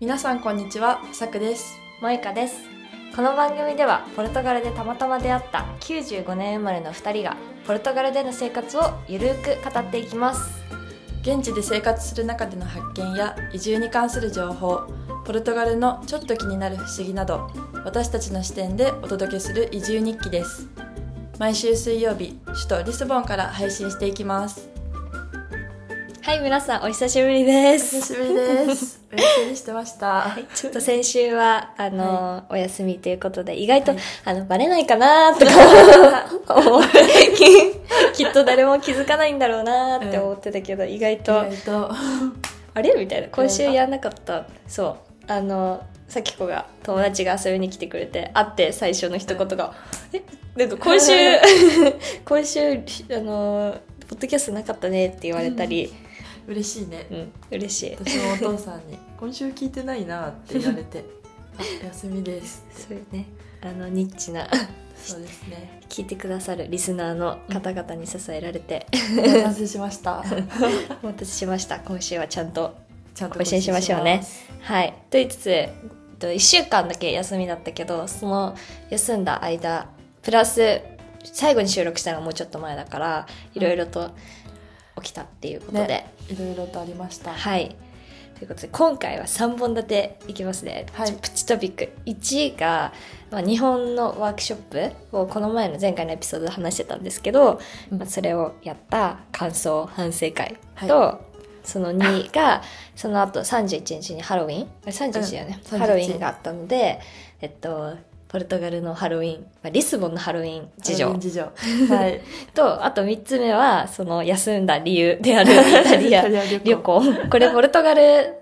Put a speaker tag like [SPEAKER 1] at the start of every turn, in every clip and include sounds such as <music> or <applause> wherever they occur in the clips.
[SPEAKER 1] 皆さんこんにちは、さくです。
[SPEAKER 2] 萌香ですこの番組ではポルトガルでたまたま出会った95年生まれの2人がポルトガルでの生活をゆるーく語っていきます
[SPEAKER 1] 現地で生活する中での発見や移住に関する情報、ポルトガルのちょっと気になる不思議など、私たちの視点でお届けする移住日記です。毎週水曜日、首都リスボンから配信していきます。
[SPEAKER 2] はい皆さんお久しぶりで
[SPEAKER 1] 久
[SPEAKER 2] す
[SPEAKER 1] しぶり <laughs> です。お休みしてました。
[SPEAKER 2] <laughs> ちょっと先週はあのーお休みということで意外と、
[SPEAKER 1] はい
[SPEAKER 2] あのバレないかなーと <laughs> か思ってきっと誰も気づかないんだろうなーって思ってたけど、意外と、
[SPEAKER 1] えっと、
[SPEAKER 2] あれみたいな今週やんなかったそうあの咲子が友達が遊びに来てくれて会って最初の一言が「えなんか <laughs> 今週今週あのポッドキャストなかったね」って言われたり、
[SPEAKER 1] 嬉しいね
[SPEAKER 2] う。ん嬉しい
[SPEAKER 1] 私もお父さんに、今週聞いてないなって言われ <laughs> て、あ休みです。
[SPEAKER 2] そういうねあのニッチな
[SPEAKER 1] そうです <laughs> ね。
[SPEAKER 2] 聞いてくださるリスナーの方々に支えられ <laughs> て、
[SPEAKER 1] お待たせしました。
[SPEAKER 2] お待たせしました今週はちゃんと
[SPEAKER 1] <laughs> ちゃんと
[SPEAKER 2] 更新しましょうね。はい。と言いつつ、えっと1週間だけ休みだったけど、その休んだ間、プラス、最後に収録したのがもうちょっと前だから、いろいろと起きたっていうことで。
[SPEAKER 1] ねいろいろとありました。
[SPEAKER 2] はい。ということで、今回は3本立ていきますね。
[SPEAKER 1] はい
[SPEAKER 2] プチトピック。1が、まあ、日本のワークショップをこの前の前回のエピソードで話してたんですけど、
[SPEAKER 1] うん
[SPEAKER 2] まあ、それをやった感想反省会
[SPEAKER 1] はい
[SPEAKER 2] と、その2が、その後31日にハロウィンあれ ?31 だよね、
[SPEAKER 1] うん
[SPEAKER 2] ハロウィンがあったので、えっと、ポルトガルのハロウィン、まあ、リスボンのハロウィン事
[SPEAKER 1] ハロウ
[SPEAKER 2] 情
[SPEAKER 1] ィン事情。はい。
[SPEAKER 2] <laughs> と、あと3つ目は、その休んだ理由である
[SPEAKER 1] <laughs>
[SPEAKER 2] イタリア
[SPEAKER 1] 旅
[SPEAKER 2] 旅。行。これポルトガル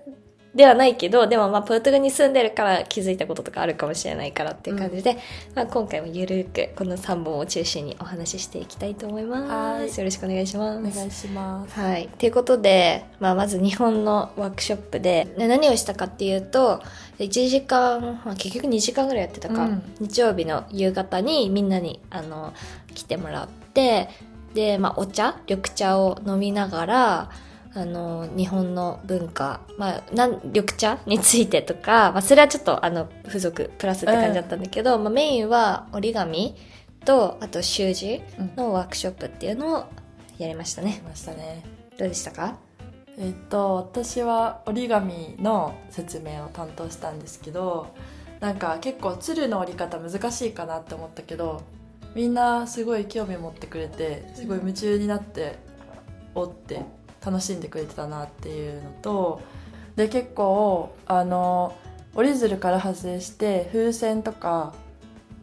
[SPEAKER 2] ではないけど、でもまあポルトガルに住んでるから気づいたこととかあるかもしれないからっていう感じで、まあ今回もゆるーくこの3本を中心にお話ししていきたいと思います。
[SPEAKER 1] はい
[SPEAKER 2] よろしくお願いしま
[SPEAKER 1] お
[SPEAKER 2] す。
[SPEAKER 1] 願いします。
[SPEAKER 2] はい。ということで、まあ、まず日本のワークショップで、ね何をしたかっていうと、1時間、まあ、結局2時間ぐらいやってたか、
[SPEAKER 1] うん
[SPEAKER 2] 日曜日の夕方にみんなに、あの、来てもらって、で、まあ、お茶、緑茶を飲みながら、あの、日本の文化、まあ、なん、緑茶についてとか、まあ、それはちょっと、あの、付属、プラスって感じだったんだけど、まあ、メインは折り紙と、あと習字
[SPEAKER 1] うんや
[SPEAKER 2] のワークショップっていうのをやりましたね
[SPEAKER 1] り。ましたね。
[SPEAKER 2] どうでしたか
[SPEAKER 1] えっと、私は折り紙の説明を担当したんですけど、なんか結構鶴の折り方難しいかなって思ったけど、みんなすごい興味持ってくれて、すごい夢中になって折って楽しんでくれてたなっていうのと、で結構あの折り鶴から派生して風船とか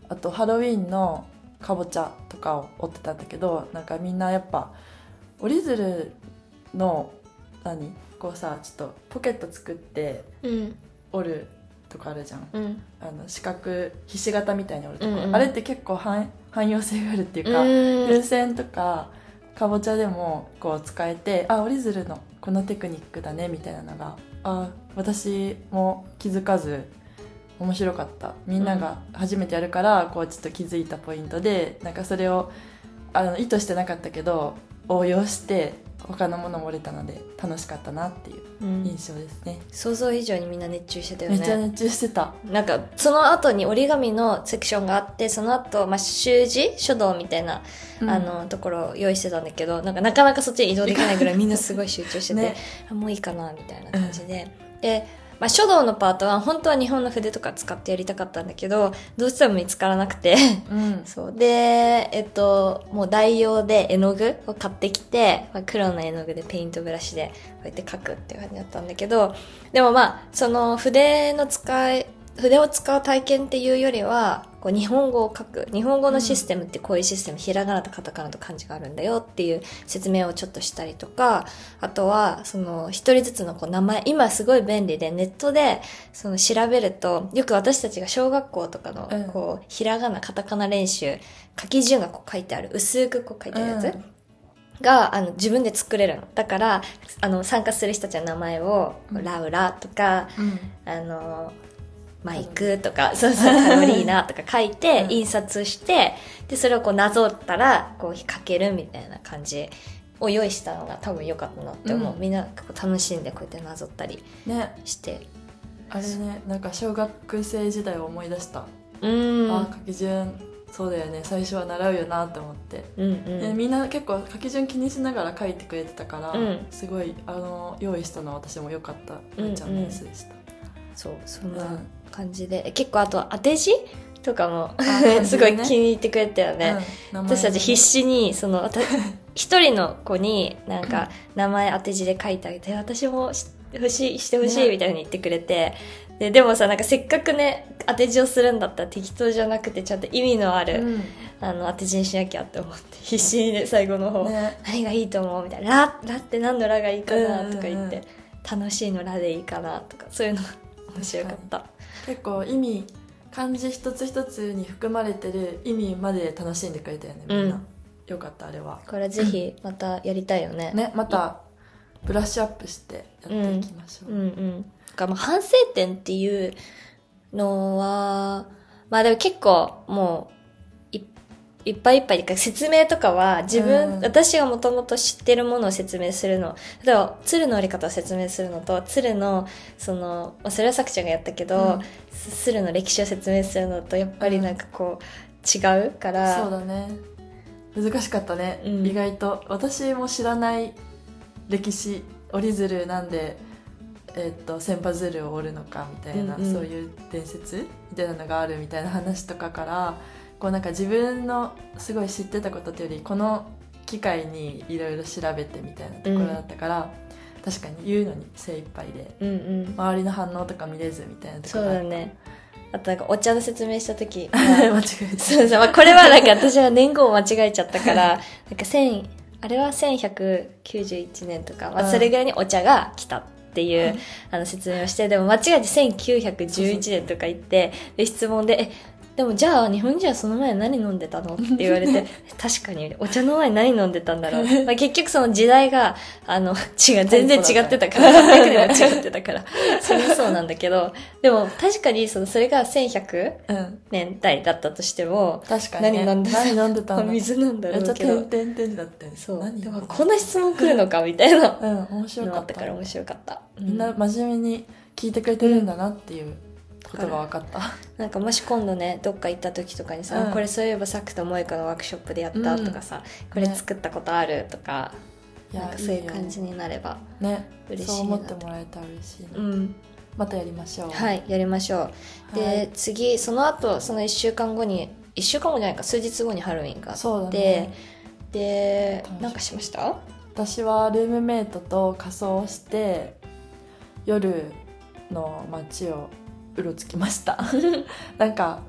[SPEAKER 1] あとハロウィンのかぼちゃとかを折ってたんだけどなんかみんなやっぱ折り鶴の何こうさちょっとポケット作って
[SPEAKER 2] うん
[SPEAKER 1] 折るとかあるじゃん
[SPEAKER 2] うん
[SPEAKER 1] あの四角ひし形みたいに折るところ、
[SPEAKER 2] うんうん
[SPEAKER 1] あれって結構汎汎用性があるっていうか、
[SPEAKER 2] う
[SPEAKER 1] 風船とかかぼちゃでもこう使えてあ折り鶴のこのテクニックだねみたいなのがあ私も気づかず面白かったみんなが初めてやるから、こうちょっと気づいたポイントでなんかそれをあの意図してなかったけど応用して他のものも折れたので楽しかったなっていうん印象ですね、
[SPEAKER 2] 想像以上にみんな熱中してたよ
[SPEAKER 1] めっちゃ
[SPEAKER 2] ね
[SPEAKER 1] 熱中してた
[SPEAKER 2] なんかその後に折り紙のセクションがあってその後、まあ習字書道みたいな、あのところを用意してたんだけどなんかなかなかそっちに移動できないぐらいみんなすごい集中してて、
[SPEAKER 1] ね
[SPEAKER 2] あもういいかなみたいな感じで、で、まあ、書道のパートは本当は日本の筆とか使ってやりたかったんだけどどうしても見つからなくて
[SPEAKER 1] うん
[SPEAKER 2] そう。で、えっと、もう代用で絵の具を買ってきて、まあ、黒の絵の具でペイントブラシでこうやって描くっていう感じだったんだけど、でもまあ、その筆の使い、筆を使う体験っていうよりは、こう日本語を書く。日本語のシステムってこういうシステム、ひらがなとカタカナと漢字があるんだよっていう説明をちょっとしたりとか、あとは、その、一人ずつのこう名前、今すごい便利で、ネットで、その、調べると、よく私たちが小学校とかの
[SPEAKER 1] うん、
[SPEAKER 2] こう、ひらがな、カタカナ練習、書き順がこう書いてある、薄くこう書いてあるやつ、
[SPEAKER 1] うん
[SPEAKER 2] が、あの、自分で作れるの。だから、あの、参加する人たちの名前を、こ
[SPEAKER 1] う
[SPEAKER 2] うんラウラとか、
[SPEAKER 1] うん
[SPEAKER 2] あの、マイクと <laughs> か、そうそう、カロリーナとか書いて
[SPEAKER 1] う、ん
[SPEAKER 2] 印刷して、で、それをこうなぞったら、こう書けるみたいな感じを用意したのが多分良かったなって思う。
[SPEAKER 1] うん
[SPEAKER 2] みんな結構楽しんでこうやってなぞったり
[SPEAKER 1] ね
[SPEAKER 2] して、
[SPEAKER 1] あれねなんか小学生時代を思い出した、
[SPEAKER 2] うん
[SPEAKER 1] あ書き順そうだよね最初は習うよなって思って、
[SPEAKER 2] うん
[SPEAKER 1] でみんな結構書き順気にしながら書いてくれてたから、
[SPEAKER 2] うん
[SPEAKER 1] すごいあの用意したの私も良かったむーちゃんのやつでした、
[SPEAKER 2] そうそん
[SPEAKER 1] う
[SPEAKER 2] なん感じで、え結構あと当て字とかも
[SPEAKER 1] あ
[SPEAKER 2] <laughs> すごい
[SPEAKER 1] 漢
[SPEAKER 2] 気
[SPEAKER 1] 字
[SPEAKER 2] に入ってくれたよね、
[SPEAKER 1] うん名前
[SPEAKER 2] 私たち必死にそのた一人の子になんか名前当て字で書いてあげて私もし欲しいしてほしい
[SPEAKER 1] ね
[SPEAKER 2] みたいに言ってくれて、ででもさなんかせっかくね当て字をするんだったら適当じゃなくてちゃんと意味のある、
[SPEAKER 1] うん
[SPEAKER 2] あの当て字にしなきゃって思って必死にね最後の方、
[SPEAKER 1] ね
[SPEAKER 2] 何がいいと思うみたいな「ラ」ラって何の「ラ」がいいかなとか言って、
[SPEAKER 1] うん
[SPEAKER 2] 楽しいの「ラ」でいいかなとかそういうのが面白かった
[SPEAKER 1] 結構意味漢字一つ一つに含まれてる意味まで楽しんでくれたよねみんな、
[SPEAKER 2] うん
[SPEAKER 1] よかったあれは
[SPEAKER 2] これぜひまたやりたいよね
[SPEAKER 1] ねまたブラッシュアップしてやっていきましょう、
[SPEAKER 2] うんうんかまあ反省点っていうのはまあでも結構もういいっぱいいっぱいっていうか説明とかは自分、
[SPEAKER 1] うん
[SPEAKER 2] 私がもともと知ってるものを説明するの例えば鶴の折り方を説明するのと鶴のそのまあそれはさくちゃんがやったけど、
[SPEAKER 1] うん
[SPEAKER 2] す鶴の歴史を説明するのとやっぱりなんかこう違うから、
[SPEAKER 1] そうだね難しかったね、
[SPEAKER 2] うん
[SPEAKER 1] 意外と私も知らない歴史折り鶴なんでえっと千羽鶴を折るのかみたいな、
[SPEAKER 2] うんうん
[SPEAKER 1] そういう伝説みたいなのがあるみたいな話とかからこうなんか自分のすごい知ってたことというよりこの機会にいろいろ調べてみたいなところだったから、確かに言うのに精一杯で
[SPEAKER 2] うんうん
[SPEAKER 1] 周りの反応とか見れずみたいなとこ
[SPEAKER 2] そ
[SPEAKER 1] ろ
[SPEAKER 2] う
[SPEAKER 1] があっ
[SPEAKER 2] だ
[SPEAKER 1] た
[SPEAKER 2] ねあとなんかお茶の説明した
[SPEAKER 1] <laughs>
[SPEAKER 2] 時 <laughs>
[SPEAKER 1] 間違えた
[SPEAKER 2] そうそう、まあ、これはなんか私は年号を間違えちゃったから、なんか千、あれは1191年とか、ま
[SPEAKER 1] う
[SPEAKER 2] あ、
[SPEAKER 1] ん
[SPEAKER 2] それぐらいにお茶が来たっていう、
[SPEAKER 1] うん
[SPEAKER 2] あの説明をして、でも間違えて1911年とか言って、で、質問で、え、でもじゃあ日本人はその前何飲んでたのって言われ <laughs> て、確かにお茶の前何飲んでたんだろ <laughs> う。まあ、結局その時代が、あの、違う、全然違ってたから、100年も違ってた <laughs> から、それはそうなんだけど、でも確かにその、それが1100
[SPEAKER 1] うん
[SPEAKER 2] 年代だったとしても、
[SPEAKER 1] 確かに、ね、
[SPEAKER 2] 何飲んでた
[SPEAKER 1] 何飲んでたんだ
[SPEAKER 2] 水なんだ
[SPEAKER 1] めっ
[SPEAKER 2] ろ
[SPEAKER 1] ち
[SPEAKER 2] う
[SPEAKER 1] ゃ
[SPEAKER 2] け
[SPEAKER 1] 点
[SPEAKER 2] ど。
[SPEAKER 1] 点点だったよね
[SPEAKER 2] そう。
[SPEAKER 1] 何
[SPEAKER 2] でもこんな質問来るのかみたい <laughs> な
[SPEAKER 1] うん面白
[SPEAKER 2] の
[SPEAKER 1] か
[SPEAKER 2] あ
[SPEAKER 1] っ
[SPEAKER 2] ったたから面白かった。う
[SPEAKER 1] みんな真面目に聞いてくれてるんだなっていうことが分かった、
[SPEAKER 2] なんかもし今度ね、どっか行った時とかにさ、
[SPEAKER 1] うん
[SPEAKER 2] これそういえばさくと萌香のワークショップでやったとかさ、これ作ったことあるとか、
[SPEAKER 1] い
[SPEAKER 2] なん
[SPEAKER 1] や
[SPEAKER 2] かそういう感じ
[SPEAKER 1] い
[SPEAKER 2] になれば
[SPEAKER 1] いよね
[SPEAKER 2] 嬉しいな
[SPEAKER 1] そう思ってもらえたら嬉しいな、
[SPEAKER 2] うん。
[SPEAKER 1] またやりましょう
[SPEAKER 2] はい、やりましょう。
[SPEAKER 1] はい、
[SPEAKER 2] で、次、その後、その1週間後に、1週間後じゃないか、数日後にハロウィンがあ
[SPEAKER 1] そうだ
[SPEAKER 2] って、
[SPEAKER 1] ね
[SPEAKER 2] で
[SPEAKER 1] 楽し、み
[SPEAKER 2] なんかしました
[SPEAKER 1] 私はルームメイトと仮装して夜の街をうろつきました
[SPEAKER 2] <laughs>
[SPEAKER 1] なんか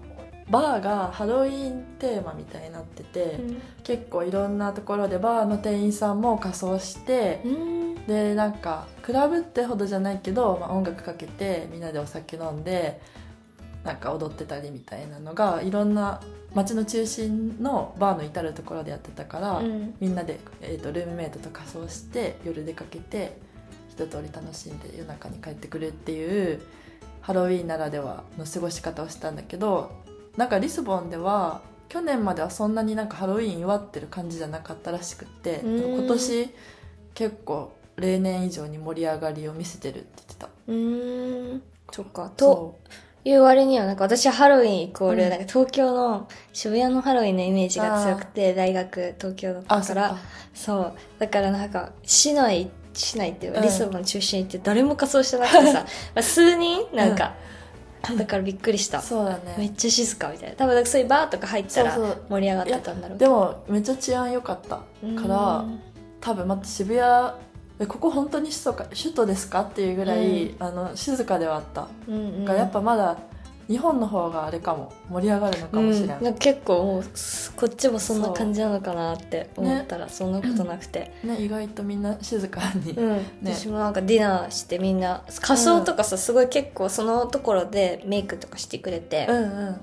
[SPEAKER 1] バーがハロウィンテーマみたいになってて、結構いろんなところでバーの店員さんも仮装して、
[SPEAKER 2] うん。
[SPEAKER 1] でなんかクラブってほどじゃないけど、まあ、音楽かけてみんなでお酒飲んでなんか踊ってたりみたいなのがいろんな街の中心のバーの至るところでやってたから、
[SPEAKER 2] うん
[SPEAKER 1] みんなで、えー、とルームメイトと仮装して夜出かけて一通り楽しんで夜中に帰ってくるっていうハロウィーンならではの過ごし方をしたんだけどなんかリスボンでは去年まではそんなになんかハロウィーン祝ってる感じじゃなかったらしくって
[SPEAKER 2] うーん
[SPEAKER 1] 今年結構例年以上に盛り上がりを見せてるって言ってた。
[SPEAKER 2] うーん。そっか。と、
[SPEAKER 1] そ
[SPEAKER 2] いう割には、なんか私はハロウィンイコール、
[SPEAKER 1] うん
[SPEAKER 2] なんか東京の渋谷のハロウィンのイメージが強くて、大学、東京だっ
[SPEAKER 1] うあ
[SPEAKER 2] たから、そう。だからなんか、市内、市内っていうか、
[SPEAKER 1] うん
[SPEAKER 2] リスボン中心って誰も仮装してなく
[SPEAKER 1] <laughs>
[SPEAKER 2] てさ、まあ数人なんか、だからびっくりし
[SPEAKER 1] そ
[SPEAKER 2] た
[SPEAKER 1] っか。そうだ
[SPEAKER 2] め
[SPEAKER 1] ね
[SPEAKER 2] っちゃ静かみたいな。多分なんかそういうバーとか入ったら
[SPEAKER 1] そうそう
[SPEAKER 2] 盛り上がってたんだろう
[SPEAKER 1] で
[SPEAKER 2] けど。
[SPEAKER 1] もめっちゃ治安良かったから
[SPEAKER 2] うん
[SPEAKER 1] 多分また渋谷えここ本当に首都か首都ですかっていうぐらい、
[SPEAKER 2] う
[SPEAKER 1] あの静かではあった、
[SPEAKER 2] うんうん
[SPEAKER 1] がやっぱまだ日本の方があれかも盛り上がるのかもしれない、
[SPEAKER 2] うん、なんか結構もうすこっちもそんな感じなのかなって思ったらそ,、んなことなくて、
[SPEAKER 1] ね、意外とみんな静かに、
[SPEAKER 2] うん
[SPEAKER 1] ね
[SPEAKER 2] 私もなんかディナーしてみんな仮装とかさ、すごい結構そのところでメイクとかしてくれて、
[SPEAKER 1] うんうん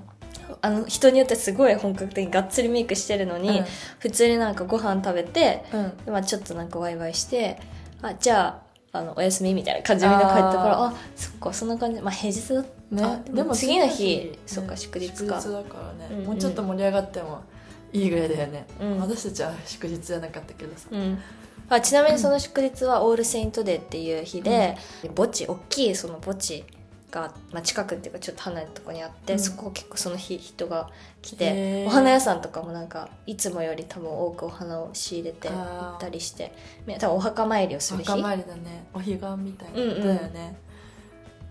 [SPEAKER 2] あの人によってすごい本格的にがっつりメイクしてるのに、普通になんかご飯食べて、
[SPEAKER 1] うんうん
[SPEAKER 2] まあ、ちょっとなんかワイワイしてあじゃああのおやすみみたいな感じでみんな帰ったからあ
[SPEAKER 1] あ
[SPEAKER 2] そっかそんな感じまあ平日だっ
[SPEAKER 1] ね、
[SPEAKER 2] あでも次の日
[SPEAKER 1] ね
[SPEAKER 2] そっか祝日か
[SPEAKER 1] 祝日だからね、
[SPEAKER 2] うんうん
[SPEAKER 1] もうちょっと盛り上がってもいいぐらいだよね、
[SPEAKER 2] うん
[SPEAKER 1] 私たちは祝日じゃなかったけどさ、
[SPEAKER 2] うん、あちなみにその祝日はオールセイントデーっていう日で、墓地大きいその墓地が、まあ、近くっていうかちょっと離れたとこにあって、
[SPEAKER 1] うん
[SPEAKER 2] そこ結構その日人が来
[SPEAKER 1] へ
[SPEAKER 2] て
[SPEAKER 1] ー
[SPEAKER 2] お花屋さんとかもなんかいつもより多分多くお花を仕入れて
[SPEAKER 1] あー
[SPEAKER 2] 行ったりしてね多分お墓参りをす
[SPEAKER 1] お
[SPEAKER 2] る日
[SPEAKER 1] 墓参りだねお彼岸みたいなことだよね、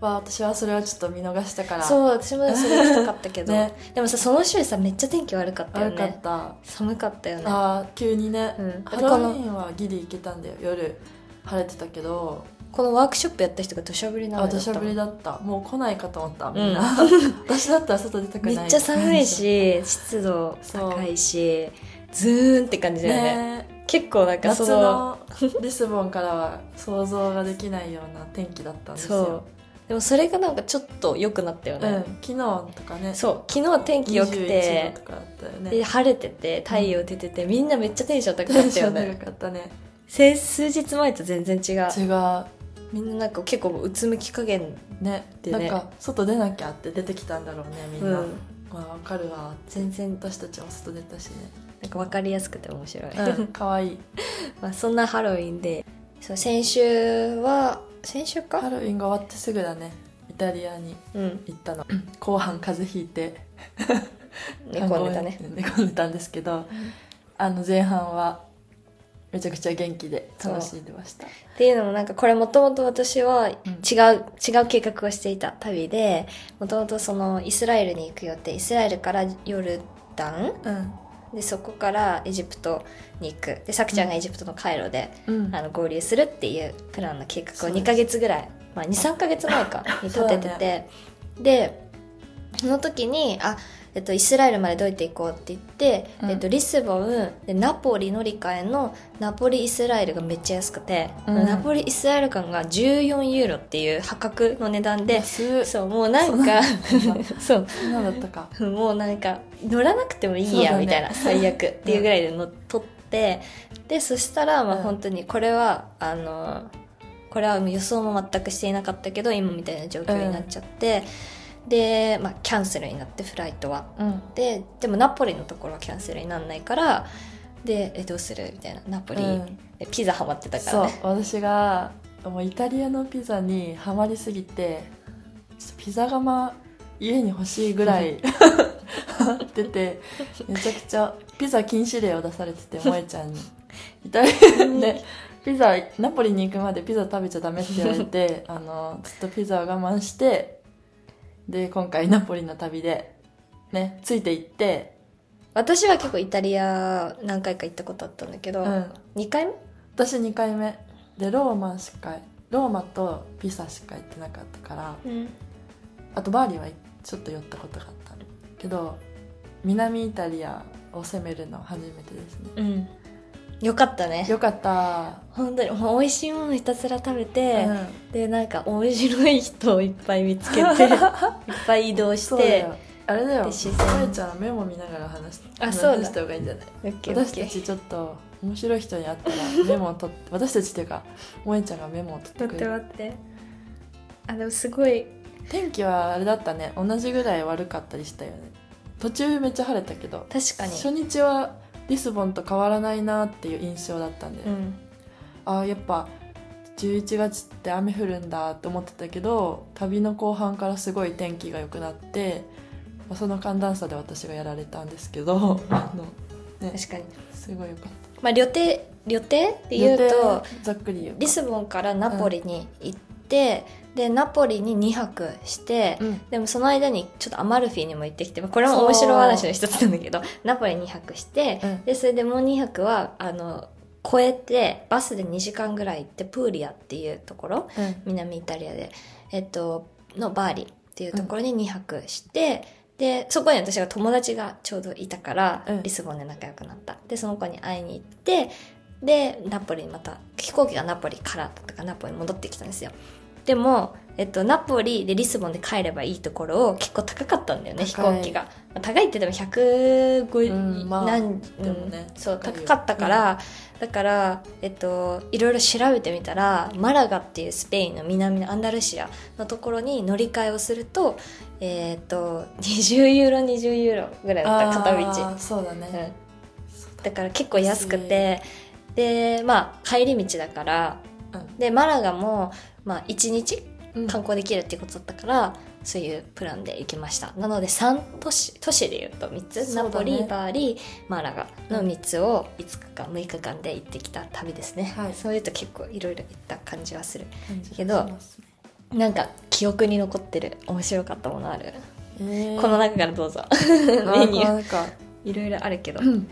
[SPEAKER 1] わあ私はそれはちょっと見逃したから
[SPEAKER 2] そう私もそれきつかったけ
[SPEAKER 1] <laughs>
[SPEAKER 2] ど、
[SPEAKER 1] ね
[SPEAKER 2] でもさその週さめっちゃ天気悪かったよ
[SPEAKER 1] 悪かっ
[SPEAKER 2] ね
[SPEAKER 1] た、
[SPEAKER 2] 寒かったよね
[SPEAKER 1] あー急にね、
[SPEAKER 2] うん
[SPEAKER 1] ハロウィーンはギリ行けたんだよ夜晴れてたけど
[SPEAKER 2] このワークショップやった人が土砂降りなの
[SPEAKER 1] あ
[SPEAKER 2] だ
[SPEAKER 1] 土
[SPEAKER 2] っ
[SPEAKER 1] 砂
[SPEAKER 2] たも
[SPEAKER 1] 降
[SPEAKER 2] ん
[SPEAKER 1] りだったもう来ないかと思ったみ
[SPEAKER 2] <laughs>
[SPEAKER 1] んな、私だったら外出たくな
[SPEAKER 2] め
[SPEAKER 1] い
[SPEAKER 2] っちゃ寒いし湿度高いしズーンって感じだよね
[SPEAKER 1] ねえ
[SPEAKER 2] 結構なんかそ
[SPEAKER 1] 夏
[SPEAKER 2] の
[SPEAKER 1] の <laughs> リスボンからは想像ができないような天気だったんです
[SPEAKER 2] そう
[SPEAKER 1] よ、
[SPEAKER 2] でもそれがなんかちょっと良くなったよ
[SPEAKER 1] うん、
[SPEAKER 2] ね、
[SPEAKER 1] 昨日とかね
[SPEAKER 2] そう昨日天気良く
[SPEAKER 1] 21
[SPEAKER 2] て
[SPEAKER 1] 度とかだったよ
[SPEAKER 2] で
[SPEAKER 1] ね
[SPEAKER 2] 晴れてて太陽出てて、みんなめっちゃテンション
[SPEAKER 1] テ
[SPEAKER 2] 高か
[SPEAKER 1] ン
[SPEAKER 2] った
[SPEAKER 1] シ
[SPEAKER 2] よ
[SPEAKER 1] ョン
[SPEAKER 2] ね
[SPEAKER 1] 高かったね
[SPEAKER 2] せ数日前と全然違う
[SPEAKER 1] 違う
[SPEAKER 2] みんななんか結構うつむき加減
[SPEAKER 1] ね
[SPEAKER 2] で
[SPEAKER 1] なん
[SPEAKER 2] ね
[SPEAKER 1] か外出なきゃって出てきたんだろうねみ
[SPEAKER 2] うん
[SPEAKER 1] な、
[SPEAKER 2] ん
[SPEAKER 1] まあわかるわ
[SPEAKER 2] 全然
[SPEAKER 1] 私たちも外出たしね
[SPEAKER 2] なんか分かりやすくて面白い、
[SPEAKER 1] うん可愛い
[SPEAKER 2] <laughs> まあそんなハロウィンでそう先週は先週
[SPEAKER 1] ハ
[SPEAKER 2] か
[SPEAKER 1] ロウィンが終わってすぐだねイタリアに
[SPEAKER 2] うん
[SPEAKER 1] 行
[SPEAKER 2] <laughs>
[SPEAKER 1] ったの後半風邪ひいて
[SPEAKER 2] 寝込んでたね
[SPEAKER 1] 寝込んでたんですけどあの前半はめちゃくちゃ元気で楽しんでました
[SPEAKER 2] っていうのもなんかこれもともと私は違う、違う計画をしていた旅でもともとそのイスラエルに行く予定イスラエルからヨルダン
[SPEAKER 1] うん
[SPEAKER 2] でそこからエジプトに行くでさくちゃんがエジプトのカイロで、
[SPEAKER 1] うん
[SPEAKER 2] あの合流するっていうプランの計画
[SPEAKER 1] そう
[SPEAKER 2] を
[SPEAKER 1] です
[SPEAKER 2] 2ヶ月ぐらい、まあ、23ヶ月前
[SPEAKER 1] <laughs>
[SPEAKER 2] かに立てて
[SPEAKER 1] そうだ
[SPEAKER 2] て、でその時にあ、えっと、イスラエルまでどうやって行こうって言って、
[SPEAKER 1] うん
[SPEAKER 2] えっと、リスボンでナポリ乗り換えのナポリイスラエルがめっちゃ安くて、
[SPEAKER 1] うん
[SPEAKER 2] ナポリイスラエル間が14ユーロっていう破格の値
[SPEAKER 1] <laughs>
[SPEAKER 2] 段で、
[SPEAKER 1] す
[SPEAKER 2] そうもうなんか
[SPEAKER 1] そうなん
[SPEAKER 2] <laughs> そう
[SPEAKER 1] そんなだったか
[SPEAKER 2] もうなんか乗らなくてもいい
[SPEAKER 1] そうだ
[SPEAKER 2] や、
[SPEAKER 1] ね
[SPEAKER 2] みたいな最
[SPEAKER 1] <laughs>
[SPEAKER 2] 悪っていうぐらいで乗っ取ってでそしたらまあ
[SPEAKER 1] うん
[SPEAKER 2] 本当にこれは、あのこれはもう予想も全くしていなかったけど今みたいな状況になっちゃって、で、まあ、キャンセルになってフライトは。
[SPEAKER 1] うん
[SPEAKER 2] ででもナポリのところはキャンセルにならないからでえどうするみたいなナポリ、
[SPEAKER 1] うん
[SPEAKER 2] えピザハマってたか
[SPEAKER 1] そ
[SPEAKER 2] ら
[SPEAKER 1] う
[SPEAKER 2] ね。
[SPEAKER 1] 私がもうイタリアのピザにハマりすぎてちょっとピザ窯家に欲しいぐらい <laughs> ハマっててめちゃくちゃピザ禁止令を出されてて萌えちゃ
[SPEAKER 2] <laughs>
[SPEAKER 1] んにイタリアでピザナポリに行くまでピザ食べちゃダメって言われ
[SPEAKER 2] <laughs>
[SPEAKER 1] てあのずっとピザを我慢してで今回ナポリの旅でねついて行って、
[SPEAKER 2] 私は結構イタリア何回か行ったことあったんだけど、
[SPEAKER 1] うん
[SPEAKER 2] 二2回目
[SPEAKER 1] 私2回目でローマしかローマとピサしか行ってなかったからあとバーリーはちょっと寄ったことがあったけど南イタリアを攻めるの初めてですね
[SPEAKER 2] うん、よかったね
[SPEAKER 1] よかった、
[SPEAKER 2] 本当にもう美味しいものひたすら食べて、
[SPEAKER 1] うん
[SPEAKER 2] でなんか面白い人をいっぱい見
[SPEAKER 1] <laughs>
[SPEAKER 2] つけていっぱい移動 <laughs> し
[SPEAKER 1] そうだ
[SPEAKER 2] て
[SPEAKER 1] よあれだよ
[SPEAKER 2] で
[SPEAKER 1] 萌
[SPEAKER 2] 自然
[SPEAKER 1] えちゃんはメモ見ながら話し
[SPEAKER 2] あ
[SPEAKER 1] 話
[SPEAKER 2] そうだ
[SPEAKER 1] した方がいいんじゃない
[SPEAKER 2] オッケーオッ
[SPEAKER 1] 私
[SPEAKER 2] ケ
[SPEAKER 1] た
[SPEAKER 2] ー
[SPEAKER 1] ちちょっと面白い人に会った
[SPEAKER 2] <laughs>
[SPEAKER 1] らメモを取って私たちっていうか萌えちゃんがメモを取って
[SPEAKER 2] 待
[SPEAKER 1] くれ
[SPEAKER 2] って
[SPEAKER 1] る
[SPEAKER 2] 待ってあでもすごい
[SPEAKER 1] 天気はあれだったね同じぐらい悪かったりしたよね途中めっちゃ晴れたけど
[SPEAKER 2] 確かに
[SPEAKER 1] 初日はリスボンと変わらないなっていう印象だったんで、
[SPEAKER 2] うん
[SPEAKER 1] あーやっぱ11月って雨降るんだって思ってたけど旅の後半からすごい天気が良くなってまあその寒暖差で私がやられたんですけど <laughs> あの
[SPEAKER 2] 確かに
[SPEAKER 1] すごい良かった
[SPEAKER 2] まあ旅程旅程っていうと
[SPEAKER 1] 予定ざっくり言う
[SPEAKER 2] リスボンからナポリに行って、でナポリに2泊して、
[SPEAKER 1] うん
[SPEAKER 2] でもその間にちょっとアマルフィにも行ってきて、まあこれも面白い話の一つなんだけど、ナポリ2泊して、
[SPEAKER 1] うん
[SPEAKER 2] で、それでもう2泊は、あの、越えて、バスで2時間ぐらい行って、プーリアっていうところ、
[SPEAKER 1] うん
[SPEAKER 2] 南イタリアで、えっと、のバーリっていうところに2泊して、で、そこに私が友達がちょうどいたから、
[SPEAKER 1] うん
[SPEAKER 2] リスボンで仲良くなった。で、その子に会いに行って、で、ナポリにまた、飛行機がナポリからとか、ナポリに戻ってきたんですよ。でも、えっと、ナポリでリスボンで帰ればいいところを結構高かったんだよね飛
[SPEAKER 1] 高い
[SPEAKER 2] 行機がまあ高いってでも150、
[SPEAKER 1] うんまあ
[SPEAKER 2] 何
[SPEAKER 1] でもね
[SPEAKER 2] うんそう
[SPEAKER 1] 高いよ
[SPEAKER 2] 高かったから、だから、えっと、いろいろ調べてみたらマラガっていうスペインの南のアンダルシアのところに乗り換えをすると,、えっと20ユーロ20ユーロぐらいだった片道
[SPEAKER 1] あ、ーそうだ
[SPEAKER 2] う
[SPEAKER 1] ね、
[SPEAKER 2] ん、だから結構安くてでまあ帰り道だから
[SPEAKER 1] うん
[SPEAKER 2] でマラガも、まあ、1日
[SPEAKER 1] うん
[SPEAKER 2] 観光できるっていうことだったから、そういうプランで行きましたなので3都市都市でいうと3つ、
[SPEAKER 1] そうだね
[SPEAKER 2] ナポリバーリマラガの3つを5日間6日間で行ってきた旅ですね、
[SPEAKER 1] はい
[SPEAKER 2] そういうと結構いろいろ行った感じはする
[SPEAKER 1] 感じが
[SPEAKER 2] けど
[SPEAKER 1] しますね
[SPEAKER 2] なんか記憶に残ってる面白かったものある、
[SPEAKER 1] えー
[SPEAKER 2] この中からどうぞ
[SPEAKER 1] あ
[SPEAKER 2] メニュー
[SPEAKER 1] なんか
[SPEAKER 2] いろい <laughs> ろあるけど、
[SPEAKER 1] うん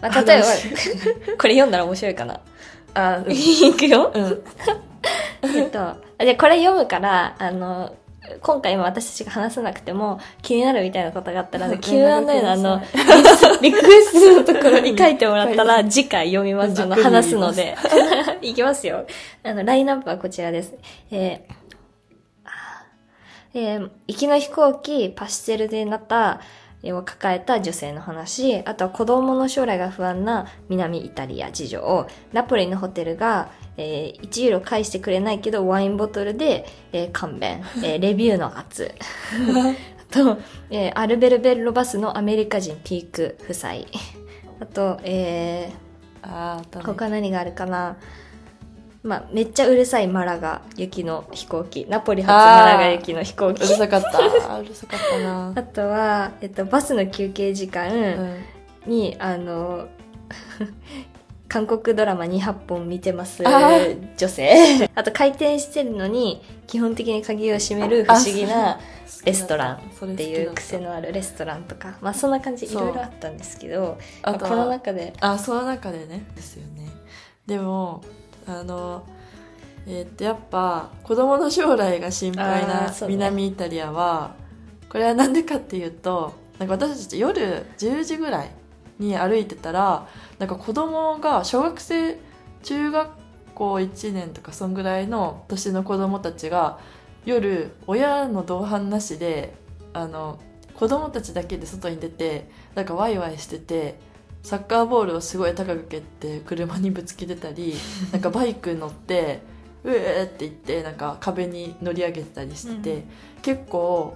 [SPEAKER 2] まあ、例えば
[SPEAKER 1] あ面
[SPEAKER 2] これ読んだら面白いかな
[SPEAKER 1] <laughs> あ
[SPEAKER 2] いくよ
[SPEAKER 1] うんうん
[SPEAKER 2] <laughs> えっと、あじゃあこれ読むから、あの、今回今私たちが話さなくても気になるみたいなことがあった <laughs> ら、あの Q&A の
[SPEAKER 1] <laughs>
[SPEAKER 2] あの、 <laughs> リクエストのところに書いてもらった
[SPEAKER 1] は
[SPEAKER 2] ら、次回読みます。あの、
[SPEAKER 1] じっくり
[SPEAKER 2] 話すので。 <laughs> いきますよ。あの、ラインナップはこちらです。えーあーえー行きの飛行機、パステルでなった、えーを抱えた女性の話、あとは子供の将来が不安な南イタリア事情、ナポリのホテルが、えー1ユーロ返してくれないけどワインボトルで、えー勘弁、えーレビューの圧、あと、えーアルベルベッロバスのアメリカ人ピーク夫妻。あと、え
[SPEAKER 1] あー多
[SPEAKER 2] ー
[SPEAKER 1] 分
[SPEAKER 2] 他何があるかな。まあ、めっちゃうるさいマラガ雪の飛行機。ナポリ発マラガ雪の飛行
[SPEAKER 1] う
[SPEAKER 2] 機。
[SPEAKER 1] るさかったうるさかったな
[SPEAKER 2] あとは、えっと、バスの休憩時間
[SPEAKER 1] うん
[SPEAKER 2] に、あの、 <laughs> 韓国ドラマ200本見てます
[SPEAKER 1] あー
[SPEAKER 2] 女性。 <laughs> あと回転してるのに、基本的に鍵を閉める不思議な、レストランっ
[SPEAKER 1] って
[SPEAKER 2] いう癖のあるレストランとか、まあそんな感じい
[SPEAKER 1] そう
[SPEAKER 2] ろいろあったんですけど、
[SPEAKER 1] あと
[SPEAKER 2] まあこの中で、
[SPEAKER 1] あその中でねですよねでもあのえーっとやっぱ子供の将来が心配
[SPEAKER 2] あー
[SPEAKER 1] な
[SPEAKER 2] そうね
[SPEAKER 1] 南イタリアは、これはなんでかっていうとなんか私たち夜10時ぐらいに歩いてたらなんか子供が小学生中学校1年とかそんぐらいの年の子供たちが夜親の同伴なしであの子供たちだけで外に出てなんかワイワイしててサッカーボールをすごい高く蹴って車にぶつけてた
[SPEAKER 2] <laughs>
[SPEAKER 1] りなんかバイク乗ってうえーって言ってなんか壁に乗り上げてたりしてて、
[SPEAKER 2] うん
[SPEAKER 1] 結構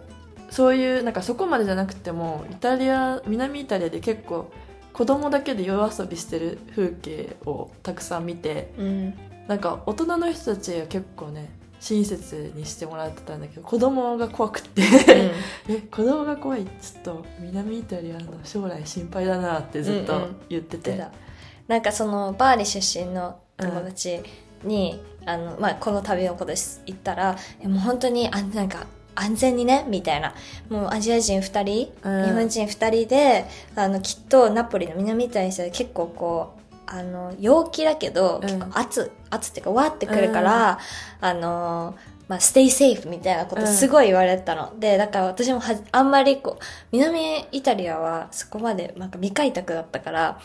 [SPEAKER 1] そういうなんかそこまでじゃなくてもイタリア南イタリアで結構子供だけで夜遊びしてる風景をたくさん見て <laughs>
[SPEAKER 2] うん、
[SPEAKER 1] なんか大人の人たちが結構ね親切にしてもらってたんだけど子供が怖くて、え子供が怖いちょっと南イタリアの将来心配だなってずっ
[SPEAKER 2] うんう
[SPEAKER 1] と
[SPEAKER 2] ん
[SPEAKER 1] 言ってて、
[SPEAKER 2] でだなんかそのバーリ出身の友達に、あのまあ、この旅のことです言ったら「えもう本当にあなんか安全にね」みたいなもうアジア人2人、
[SPEAKER 1] うん
[SPEAKER 2] 日本人2人であのきっとナポリの南イタリアにしたら結構こう。あの陽気だけど、
[SPEAKER 1] うん
[SPEAKER 2] 結構熱熱っていうかわーってくるから、あのまあ、ステイセーフみたいなことすごい言われたの、でだから私もはあんまりこう南イタリアはそこまでなんか未開拓だったから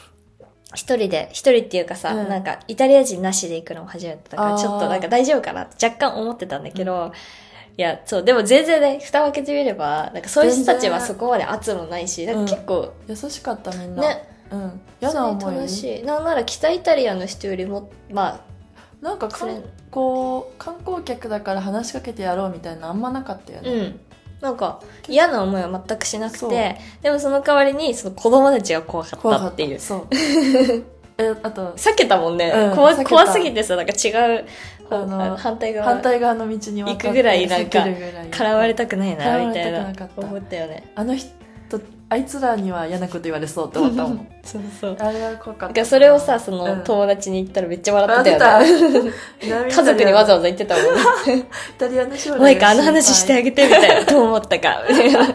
[SPEAKER 2] 一人で一人っていうかさ、
[SPEAKER 1] うん
[SPEAKER 2] なんかイタリア人なしで行くのも初めてだか
[SPEAKER 1] あ
[SPEAKER 2] ら
[SPEAKER 1] ー
[SPEAKER 2] ちょっとなんか大丈夫かなって若干思ってたんだけど、いやそうでも全然ね蓋を開けてみればなんかそういう人たちは
[SPEAKER 1] 全然
[SPEAKER 2] そこまで圧もないしなんか結構、
[SPEAKER 1] 優しかったみんな、
[SPEAKER 2] ね
[SPEAKER 1] うん、嫌な
[SPEAKER 2] そ
[SPEAKER 1] 思
[SPEAKER 2] れ
[SPEAKER 1] い
[SPEAKER 2] 楽しいなんなら北イタリアの人よりもま
[SPEAKER 1] なんか
[SPEAKER 2] あそ
[SPEAKER 1] 観
[SPEAKER 2] れ
[SPEAKER 1] 光観光客だから話しかけてやろうみたいなあんまなかったよね、
[SPEAKER 2] うん。なんか嫌な思いは全くしなく
[SPEAKER 1] そう
[SPEAKER 2] て、でもその代わりにその子供たちが怖かったっていう。 <laughs>
[SPEAKER 1] そうえあと
[SPEAKER 2] 避けたもんね。
[SPEAKER 1] うん
[SPEAKER 2] 怖
[SPEAKER 1] 避けた
[SPEAKER 2] 怖すぎてさ、なんか違う方、
[SPEAKER 1] あの
[SPEAKER 2] あの反対側
[SPEAKER 1] 反対側の道に渡って
[SPEAKER 2] 行くぐらいなんか
[SPEAKER 1] 避けるぐらい
[SPEAKER 2] からわれたくな
[SPEAKER 1] 絡
[SPEAKER 2] い
[SPEAKER 1] ま
[SPEAKER 2] な、
[SPEAKER 1] れ
[SPEAKER 2] みたい
[SPEAKER 1] たく
[SPEAKER 2] な
[SPEAKER 1] なかっ。た
[SPEAKER 2] 思ったよね。
[SPEAKER 1] あの人あいつらには嫌なこと言われそうって思ったもん
[SPEAKER 2] そうそう。
[SPEAKER 1] あれは怖か
[SPEAKER 2] な
[SPEAKER 1] っ
[SPEAKER 2] んか
[SPEAKER 1] た
[SPEAKER 2] それをさ、その、
[SPEAKER 1] うん
[SPEAKER 2] 友達に言ったらめっちゃ笑
[SPEAKER 1] あ
[SPEAKER 2] って
[SPEAKER 1] 出
[SPEAKER 2] たよ
[SPEAKER 1] た
[SPEAKER 2] ね。
[SPEAKER 1] 家
[SPEAKER 2] <laughs> 家族にわざわざ言ってたも <laughs> んね。
[SPEAKER 1] イタリアの将来
[SPEAKER 2] 萌かあの話してあげてみたいな。どう思ったか。みたいな
[SPEAKER 1] げ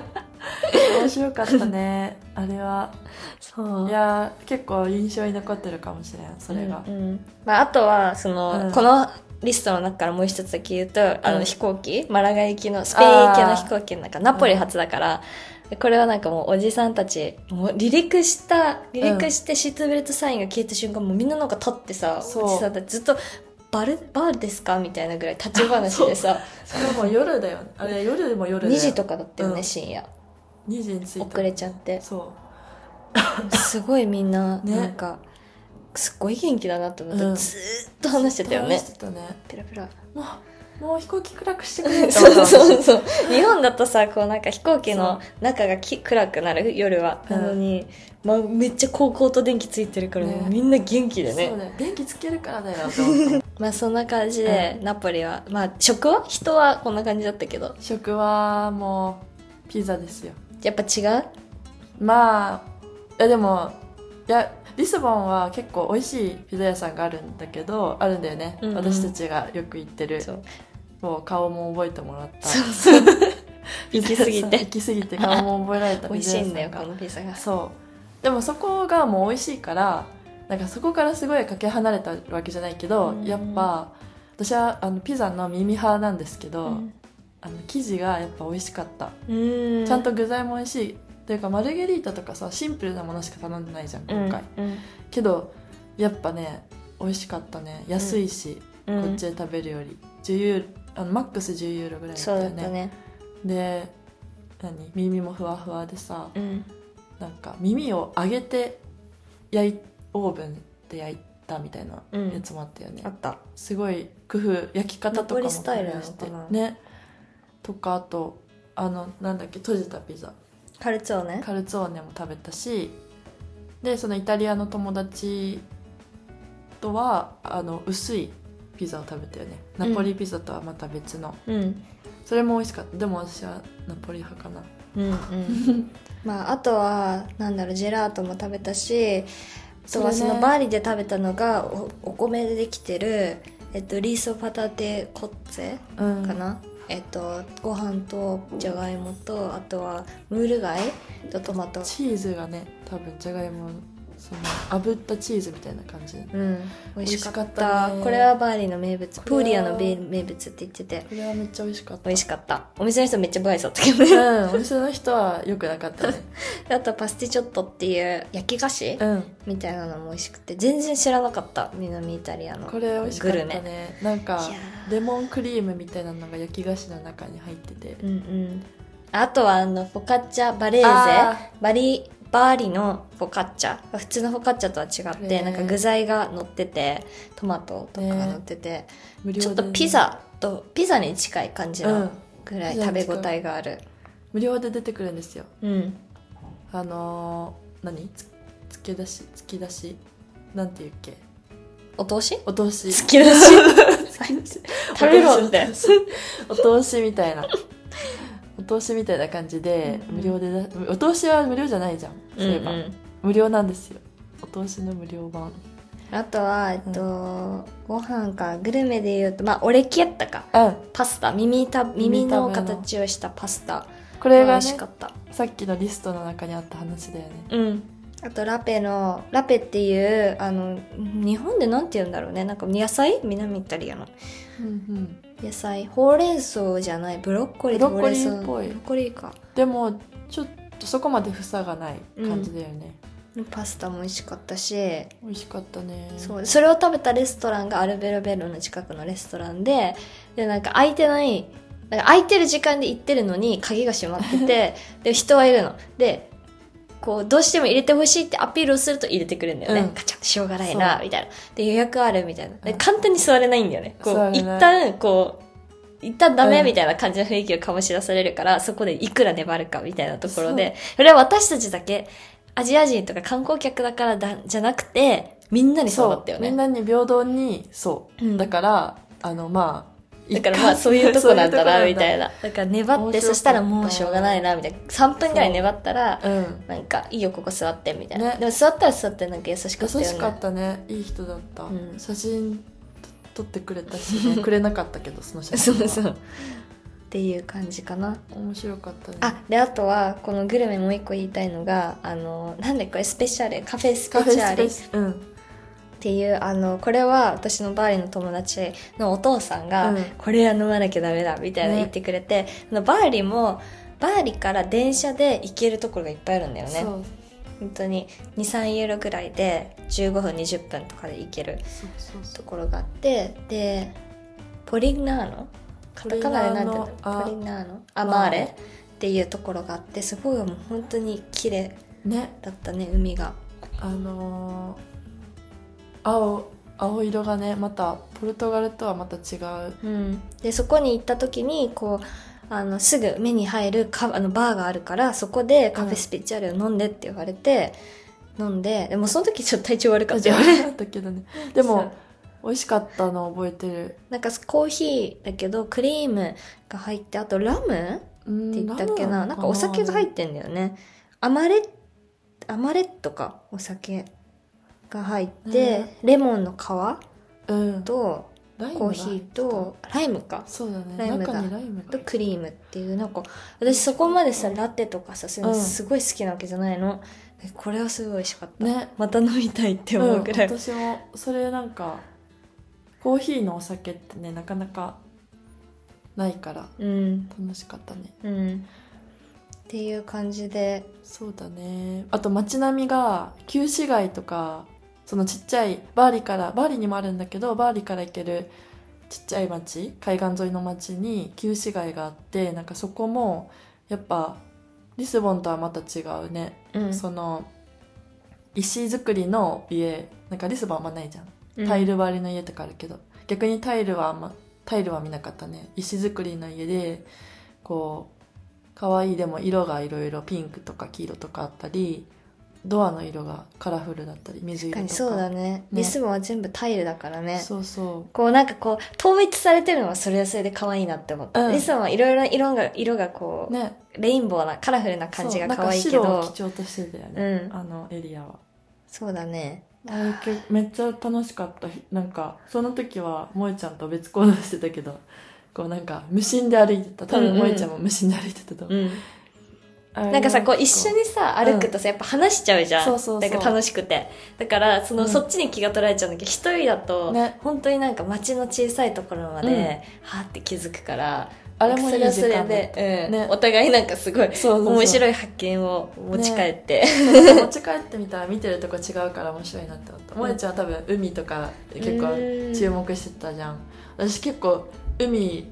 [SPEAKER 1] 面白かったねあれは
[SPEAKER 2] そう
[SPEAKER 1] い。やー結構印象に残ってるかもしれんそれが、
[SPEAKER 2] うんうんまあ、あとはその、
[SPEAKER 1] うん
[SPEAKER 2] このリストの中からもう一つだけ言うと、あ
[SPEAKER 1] うん
[SPEAKER 2] の飛行機マラガ行きのスペイン行きの飛行機の中ナポリ発だから、これはなんかもうおじさんたちもう離陸した離陸してシートベルトサインが消えた瞬間、もうみんななんか立ってさ
[SPEAKER 1] そう
[SPEAKER 2] おじさんたちずっと「バルバルですか?」みたいなぐらい立ち話でさ
[SPEAKER 1] しかも夜だよねあれ夜も夜だ
[SPEAKER 2] <laughs> 2
[SPEAKER 1] よ
[SPEAKER 2] 時とかだったよね、
[SPEAKER 1] うん
[SPEAKER 2] 深夜
[SPEAKER 1] 2時に着いた
[SPEAKER 2] 遅れちゃって
[SPEAKER 1] そ
[SPEAKER 2] すごいみんな
[SPEAKER 1] ね
[SPEAKER 2] なんか、すっごい元気だなと思って、
[SPEAKER 1] うん
[SPEAKER 2] ずーっと話してたよね
[SPEAKER 1] ずっと話してたね
[SPEAKER 2] ペラペラ
[SPEAKER 1] もうもう飛行機暗くしてくれって思
[SPEAKER 2] <laughs> そ
[SPEAKER 1] った
[SPEAKER 2] うそう
[SPEAKER 1] 私
[SPEAKER 2] そう日本だとさこうなんか飛行機の中がき暗くなる夜は
[SPEAKER 1] うん
[SPEAKER 2] なのに、まあ、めっちゃ高々と電気ついてるから、
[SPEAKER 1] ね
[SPEAKER 2] もうみんな元気でね
[SPEAKER 1] そうだよ電気つけるからだよって思った
[SPEAKER 2] まあそんな感じで、ナポリはまあ食は人はこんな感じだったけど
[SPEAKER 1] 食はもうピザですよ
[SPEAKER 2] やっぱ違う
[SPEAKER 1] まあいやでもいやリスボンは結構美味しいピザ屋さんがあるんだけどあるんだよね、
[SPEAKER 2] うんうん
[SPEAKER 1] 私たちがよく行ってる
[SPEAKER 2] そう
[SPEAKER 1] もう顔も覚えてもらった
[SPEAKER 2] そうそう <laughs> 行き過ぎ
[SPEAKER 1] 行 <laughs>
[SPEAKER 2] て
[SPEAKER 1] き過ぎて顔も覚えられた
[SPEAKER 2] <laughs> 美味しいんだよ
[SPEAKER 1] ピザ
[SPEAKER 2] こ
[SPEAKER 1] 屋さ
[SPEAKER 2] のピザ
[SPEAKER 1] が
[SPEAKER 2] が
[SPEAKER 1] そうでもそこがもう美味しいからなんかそこからすごいかけ離れたわけじゃないけど、
[SPEAKER 2] うん
[SPEAKER 1] やっぱ私はあのピザの耳派なんですけど、
[SPEAKER 2] うん
[SPEAKER 1] あの生地がやっぱ美味しかった、
[SPEAKER 2] うん
[SPEAKER 1] ちゃんと具材も美味しいというかマルゲリータとかさシンプルなものしか頼んでないじゃん今回、
[SPEAKER 2] うん
[SPEAKER 1] けどやっぱね美味しかったね安いし、
[SPEAKER 2] うん
[SPEAKER 1] こっちで食べるより10ユーロあのマックス10ユーロぐらいだった
[SPEAKER 2] そう
[SPEAKER 1] よ
[SPEAKER 2] だっ
[SPEAKER 1] ね
[SPEAKER 2] たね
[SPEAKER 1] で何耳もふわふわでさ
[SPEAKER 2] うん
[SPEAKER 1] なんか耳を上げて焼いオーブンで焼いたみたいな
[SPEAKER 2] うん
[SPEAKER 1] やつもあったよね、
[SPEAKER 2] あった
[SPEAKER 1] すごい工夫焼き方とかも
[SPEAKER 2] ナポリスタイルなの
[SPEAKER 1] 工夫して
[SPEAKER 2] かな
[SPEAKER 1] ねとかあとあのなんだっけ閉じたピザ
[SPEAKER 2] カルツォーね
[SPEAKER 1] カルツォーネも食べたしでそのイタリアの友達とはあの薄いピザを食べたよねナポリピザとはまた別の、
[SPEAKER 2] うん
[SPEAKER 1] それも美味しかったでも私はナポリ派かな
[SPEAKER 2] うんうんまああとはなんだろうジェラートも食べたしあとは
[SPEAKER 1] そ
[SPEAKER 2] そ
[SPEAKER 1] れね
[SPEAKER 2] のバーリで食べたのがおお米でできてるえっとリーソパタテコッツェ
[SPEAKER 1] うん
[SPEAKER 2] かな、えっとご飯とじゃがいもとあとはムール貝とトマト
[SPEAKER 1] チーズがね多分じゃがいもその炙ったチーズみたいな感じこ
[SPEAKER 2] うん美味しかった
[SPEAKER 1] 美味しかったね
[SPEAKER 2] これはバーリーの名物プ
[SPEAKER 1] こ
[SPEAKER 2] ー
[SPEAKER 1] れ
[SPEAKER 2] リ
[SPEAKER 1] は
[SPEAKER 2] アのべ名物って言ってて
[SPEAKER 1] れはめっちゃ美味しかった
[SPEAKER 2] 美味しかったお店の人めっちゃ不愛想だったけどね
[SPEAKER 1] うんお店の人はよくなかったね
[SPEAKER 2] <laughs> あとパスティチョットっていう焼き菓子、
[SPEAKER 1] うん
[SPEAKER 2] みたいなのも美味しくて全然知らなかった南イタリアの
[SPEAKER 1] これ美味しかった
[SPEAKER 2] グル
[SPEAKER 1] ねなんか
[SPEAKER 2] いやー
[SPEAKER 1] レモンクリームみたいなのが焼き菓子の中に入ってて
[SPEAKER 2] うんうんあとはあのフォカッチャバレー
[SPEAKER 1] あ
[SPEAKER 2] ゼバリバーリのフォカッチャ普通のフォカッチャとは違って、
[SPEAKER 1] ね
[SPEAKER 2] なんか具材が乗っててトマトとかが乗ってて、
[SPEAKER 1] 無料で
[SPEAKER 2] ちょっ
[SPEAKER 1] ね
[SPEAKER 2] とピザとピザに近い感じ
[SPEAKER 1] う
[SPEAKER 2] の
[SPEAKER 1] ん
[SPEAKER 2] ぐらい
[SPEAKER 1] ピザ
[SPEAKER 2] 食
[SPEAKER 1] に
[SPEAKER 2] べ
[SPEAKER 1] 近い
[SPEAKER 2] 応えがある
[SPEAKER 1] 無料で出てくるんですよ
[SPEAKER 2] うん
[SPEAKER 1] あのー、何つつけ出しつき出しなんていうっけ
[SPEAKER 2] お通し
[SPEAKER 1] お通
[SPEAKER 2] <laughs>
[SPEAKER 1] し
[SPEAKER 2] 好きだし食べろって
[SPEAKER 1] お通し <laughs> お通しみたいなお通しみたいな感じで
[SPEAKER 2] うん
[SPEAKER 1] 無料でだお通しは無料じゃないじゃんそういえば、
[SPEAKER 2] うんうん
[SPEAKER 1] 無料なんですよお通しの無料版
[SPEAKER 2] あとは、えっと、ご飯かグルメで言うとまあオレキエッタか
[SPEAKER 1] うん
[SPEAKER 2] パスタ耳た
[SPEAKER 1] 耳
[SPEAKER 2] 耳
[SPEAKER 1] たぶの
[SPEAKER 2] の形をしたパスタ
[SPEAKER 1] こ
[SPEAKER 2] 美
[SPEAKER 1] れが
[SPEAKER 2] 味
[SPEAKER 1] ね
[SPEAKER 2] しかった、
[SPEAKER 1] さっきのリストの中にあった話だよね
[SPEAKER 2] うんあとラペのラペっていうあの日本でなんて言うんだろうねなんか野菜南イタリアの
[SPEAKER 1] うんうん
[SPEAKER 2] 野菜ほうれん草じゃないブロッコリーと
[SPEAKER 1] ブ
[SPEAKER 2] ほ
[SPEAKER 1] ロッコ
[SPEAKER 2] うれん
[SPEAKER 1] リ
[SPEAKER 2] 草
[SPEAKER 1] ーっぽい
[SPEAKER 2] ブロッコリーか
[SPEAKER 1] でもちょっとそこまで房がない感じだよね、
[SPEAKER 2] パスタも美味しかったし
[SPEAKER 1] 美味しかったね
[SPEAKER 2] そうそれを食べたレストランがアルベロベロの近くのレストランででなんか空いてないなんか空いてる時間で行ってるのに鍵が閉まって
[SPEAKER 1] <laughs>
[SPEAKER 2] てで人はいるのでこうどうしても入れてほしいってアピールをすると入れてくれるんだよね、
[SPEAKER 1] うん
[SPEAKER 2] ガチャッしょうがないな
[SPEAKER 1] そう
[SPEAKER 2] みたいなで予約あるみたいなで
[SPEAKER 1] うん
[SPEAKER 2] 簡単に座れないんだよねこ
[SPEAKER 1] 座
[SPEAKER 2] う
[SPEAKER 1] れ
[SPEAKER 2] 一
[SPEAKER 1] ない
[SPEAKER 2] 旦こう一旦ダメ
[SPEAKER 1] うん
[SPEAKER 2] みたいな感じの雰囲気を醸し出されるから、そこでいくら粘るかみたいなところでそれは私たちだけアジア人とか観光客だからだじゃなくてみんなにそうだったよ
[SPEAKER 1] みん
[SPEAKER 2] ね。
[SPEAKER 1] なに平等にそう、
[SPEAKER 2] うん
[SPEAKER 1] だからあのまあ
[SPEAKER 2] だからまあそういうとこなんだなみた
[SPEAKER 1] ない
[SPEAKER 2] な。だから粘っ
[SPEAKER 1] 面白かってた
[SPEAKER 2] そしたらもうしょうがないなみたいな。3分ぐらい粘ったら
[SPEAKER 1] うん
[SPEAKER 2] なんかいいよここ座ってみたいな。
[SPEAKER 1] ね
[SPEAKER 2] でも座ったら座ってなんか優しか
[SPEAKER 1] 優
[SPEAKER 2] ったよね。
[SPEAKER 1] しかったねいい人だった、
[SPEAKER 2] うん
[SPEAKER 1] 写真撮ってくれたし、ね、くれなかったけどその写
[SPEAKER 2] そ
[SPEAKER 1] 真
[SPEAKER 2] う
[SPEAKER 1] は
[SPEAKER 2] そう。っていう感じかな。
[SPEAKER 1] 面白かったね
[SPEAKER 2] あ、であとはこのグルメもう一個言いたいのがあのなんだっけこれスペシャルカフェス
[SPEAKER 1] カ
[SPEAKER 2] ペ
[SPEAKER 1] フェ
[SPEAKER 2] シャ
[SPEAKER 1] ス
[SPEAKER 2] ル
[SPEAKER 1] ペ
[SPEAKER 2] っ
[SPEAKER 1] シャルうん
[SPEAKER 2] ていうあのこれは私のバーリーの友達のお父さんが、
[SPEAKER 1] うん
[SPEAKER 2] これは飲まなきゃダメだみたいな
[SPEAKER 1] ね
[SPEAKER 2] 言ってくれて、あのバーリーもバーリーから電車で行けるところがいっぱいあるんだよね
[SPEAKER 1] そう
[SPEAKER 2] 本当に23ユーロぐらいで15分20分とかで行ける
[SPEAKER 1] そうそうそ
[SPEAKER 2] ところがあってでポリナーノカタカナでなんて言うんだろう
[SPEAKER 1] ポ
[SPEAKER 2] ポ
[SPEAKER 1] リ
[SPEAKER 2] リ
[SPEAKER 1] ナ
[SPEAKER 2] ナーノアマーレっていうところがあってすごいもう本当に綺麗
[SPEAKER 1] うね
[SPEAKER 2] だったね海が
[SPEAKER 1] あのー青青色がねまたポルトガルとはまた違う
[SPEAKER 2] うん、でそこに行った時にこうあのすぐ目に入るカあのバーがあるからそこでカフェスピッチャーレを飲んでって言われて、飲んででもその時ちょっと体調悪かっ
[SPEAKER 1] 味
[SPEAKER 2] たよ
[SPEAKER 1] わ
[SPEAKER 2] ね
[SPEAKER 1] いだったけどねでも美味しかったの覚えてる
[SPEAKER 2] なんかコーヒーだけどクリームが入ってあとラムって
[SPEAKER 1] うん
[SPEAKER 2] 言ったっけ
[SPEAKER 1] ラムの
[SPEAKER 2] ななんかお酒が入ってんだよねアマレアマレットかお酒が入って、レモンの皮
[SPEAKER 1] うん
[SPEAKER 2] と
[SPEAKER 1] ライムが
[SPEAKER 2] コーヒーとライムか
[SPEAKER 1] そうだね
[SPEAKER 2] ライムが
[SPEAKER 1] 中にライムが
[SPEAKER 2] とクリームっていうなんか私そこまでさラテとかさそういうの
[SPEAKER 1] うん
[SPEAKER 2] すごい好きなわけじゃないの、えこれはすごい美味しかった、
[SPEAKER 1] ね
[SPEAKER 2] また飲みたいって
[SPEAKER 1] う
[SPEAKER 2] 思
[SPEAKER 1] ん
[SPEAKER 2] うくらい、
[SPEAKER 1] 私もそれなんかコーヒーのお酒ってねなかなかないから
[SPEAKER 2] うん
[SPEAKER 1] 楽しかったね
[SPEAKER 2] うん、っていう感じで
[SPEAKER 1] そうだねあと街並みが旧市街とかそのちっちゃいバーリからバーリにもあるんだけどバーリから行けるちっちゃい町海岸沿いの町に旧市街があってなんかそこもやっぱリスボンとはまた違うね、
[SPEAKER 2] うん
[SPEAKER 1] その石造りの家なんかリスボンあんまないじゃん
[SPEAKER 2] うん
[SPEAKER 1] タイル張りの家とかあるけど、逆にタイルはあんまタイルは見なかったね石造りの家でこう可愛いでも色がいろいろピンクとか黄色とかあったりドアの色がカラフルだったり水
[SPEAKER 2] 確
[SPEAKER 1] 色とか
[SPEAKER 2] かにそうだねリスボンは全部タイルだからね
[SPEAKER 1] そうそ
[SPEAKER 2] こうなんかこう統一されてるのはそれはそれで可愛いなって思った、
[SPEAKER 1] うん
[SPEAKER 2] リスボンはいろいろ色が色がこ
[SPEAKER 1] う
[SPEAKER 2] う、
[SPEAKER 1] ね
[SPEAKER 2] レインボーなカラフルな感じが可愛いけ
[SPEAKER 1] そうなんか白を
[SPEAKER 2] ど
[SPEAKER 1] 基調としてたよ
[SPEAKER 2] う
[SPEAKER 1] ね、
[SPEAKER 2] ん
[SPEAKER 1] あのエリアは
[SPEAKER 2] そうだね
[SPEAKER 1] あれけめっちゃ楽しかったなんかその時は萌ちゃんと別行動してたけどこうなんか無心で歩いてた多分萌ちゃんも無心で歩いてたと思う、
[SPEAKER 2] うん
[SPEAKER 1] あれ
[SPEAKER 2] なんかさ、こう一緒にさ、
[SPEAKER 1] うん
[SPEAKER 2] 歩くとさ、やっぱ話しちゃうじゃん。
[SPEAKER 1] そうそうそう
[SPEAKER 2] なんか楽しくて。だから、その、
[SPEAKER 1] うん
[SPEAKER 2] そっちに気が取られちゃうんだけど、一人だと、
[SPEAKER 1] ね
[SPEAKER 2] 本当になんか街の小さいところまで、
[SPEAKER 1] うん
[SPEAKER 2] はーって気づくから、
[SPEAKER 1] あれもいい時間だった
[SPEAKER 2] それはそれで、うん
[SPEAKER 1] ね
[SPEAKER 2] お互いなんかすごい、
[SPEAKER 1] そうそうそう
[SPEAKER 2] 面白い発見を持ち帰って。
[SPEAKER 1] 持ち帰ってみたら見てるとこ違うから面白いなって思った
[SPEAKER 2] うん
[SPEAKER 1] 萌ちゃんは多分海とか結
[SPEAKER 2] うん
[SPEAKER 1] 構注目してたじゃん私結構海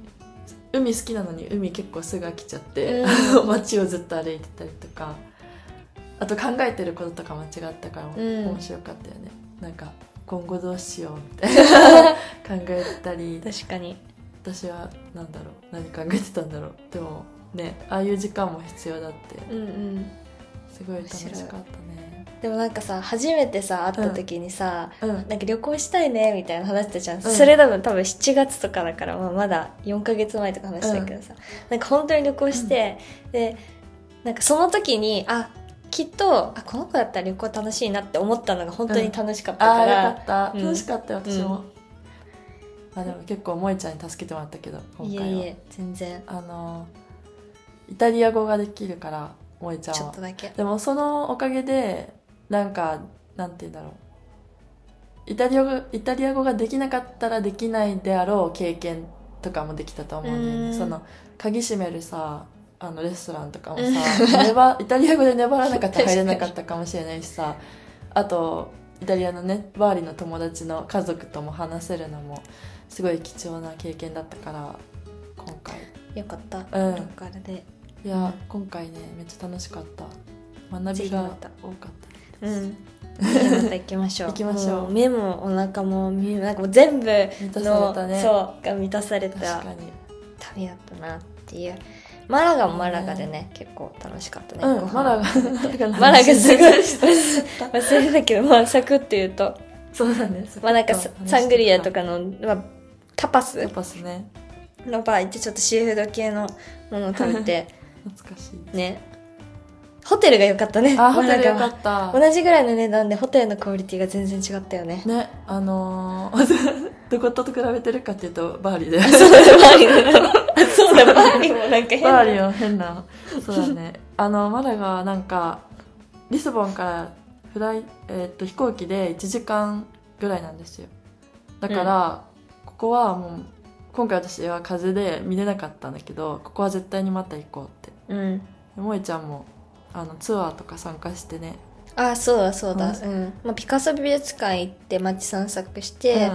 [SPEAKER 1] 海好きなのに海結構すぐ飽きちゃって
[SPEAKER 2] う
[SPEAKER 1] <laughs> 街をずっと歩いてたりとかあと考えてることとか間違ったから
[SPEAKER 2] うん
[SPEAKER 1] 面白かったよね、なんか今後どうしようみたい
[SPEAKER 2] <laughs>
[SPEAKER 1] な考えたり
[SPEAKER 2] 確かに。
[SPEAKER 1] 私は何だろう何考えてたんだろうでもねああいう時間も必要だって
[SPEAKER 2] うんうん。
[SPEAKER 1] すごい楽しかったね
[SPEAKER 2] でもなんかさ、初めてさ、会った時にさ、
[SPEAKER 1] うん
[SPEAKER 2] なんか旅行したいねみたいな話したじゃん、
[SPEAKER 1] ん
[SPEAKER 2] それ多分多分7月とかだから、まあ、まだ4ヶ月前とか話したけどさ、なんか本当に旅行して、でなんかその時にあきっとあこの子だったら旅行楽しいなって思ったのが本当に楽しかった
[SPEAKER 1] あ
[SPEAKER 2] か
[SPEAKER 1] あ
[SPEAKER 2] ら、
[SPEAKER 1] よかった、
[SPEAKER 2] うん
[SPEAKER 1] 楽しかったよ私も、あでも結構萌ちゃんに助けてもらったけど今
[SPEAKER 2] い
[SPEAKER 1] 回
[SPEAKER 2] え
[SPEAKER 1] はい
[SPEAKER 2] え全然
[SPEAKER 1] あのイタリア語ができるから萌ちゃ
[SPEAKER 2] ち
[SPEAKER 1] ん
[SPEAKER 2] ょっ
[SPEAKER 1] は
[SPEAKER 2] とだけ
[SPEAKER 1] でもそのおかげでなんかなんて言うんだろうイタリア語イタリア語ができなかったらできないであろう経験とかもできたと思うんだよ
[SPEAKER 2] うん
[SPEAKER 1] ねその鍵閉めるさあのレストランとかも
[SPEAKER 2] <laughs>
[SPEAKER 1] さ粘イタリア語で粘らなかったら入れなかったかもしれないしさあとイタリアのねバーリの友達の家族とも話せるのもすごい貴重な経験だったから今回
[SPEAKER 2] よかった、
[SPEAKER 1] うん
[SPEAKER 2] なんかあれで
[SPEAKER 1] いや、今回ねめっちゃ楽しかった学びが多かった
[SPEAKER 2] う
[SPEAKER 1] です
[SPEAKER 2] んぜひまた行きましょう
[SPEAKER 1] <laughs> 行きましょう
[SPEAKER 2] も目もお腹も耳もなんかもう全部
[SPEAKER 1] 満たさ
[SPEAKER 2] の
[SPEAKER 1] れたね
[SPEAKER 2] そうが満たされた
[SPEAKER 1] 確かに
[SPEAKER 2] 旅だったなっていうマラガもマラガでね、結構楽しかったね、
[SPEAKER 1] うんマラが
[SPEAKER 2] マラガすごい
[SPEAKER 1] た
[SPEAKER 2] 忘れたけどまあサクって言う
[SPEAKER 1] <laughs>
[SPEAKER 2] と
[SPEAKER 1] そうだね
[SPEAKER 2] まあなんかササングリアと
[SPEAKER 1] か
[SPEAKER 2] かの、まあ、タパス
[SPEAKER 1] やっぱすね
[SPEAKER 2] のバー行ってちょっとシーフード系のものを食べて
[SPEAKER 1] 懐かしい
[SPEAKER 2] ね <laughs> ホテルが良かったね
[SPEAKER 1] あホ
[SPEAKER 2] マ
[SPEAKER 1] テ
[SPEAKER 2] ラ
[SPEAKER 1] ル
[SPEAKER 2] ガ
[SPEAKER 1] よ
[SPEAKER 2] は
[SPEAKER 1] かった
[SPEAKER 2] 同じぐらいの値段でホテルのクオリティが全然違ったよ
[SPEAKER 1] <laughs>
[SPEAKER 2] ね
[SPEAKER 1] ねあのー <laughs> どこと比べてるかっていうとバーリーで
[SPEAKER 2] そうだバーリーのあそうだバーリーもなんか変な
[SPEAKER 1] バーリーは変なそうだね <laughs> あのマラガはなんかリスボンからフライ、えーっと飛行機で1時間ぐらいなんですよだから、ここはもう今回私は風邪で見れなかったんだけどここは絶対にまた行こうって
[SPEAKER 2] うん
[SPEAKER 1] 萌ちゃんもあのツアーとか参加してね、
[SPEAKER 2] あそうだそうだ、
[SPEAKER 1] う
[SPEAKER 2] うんまあ、ピカソ美術館行って街散策して、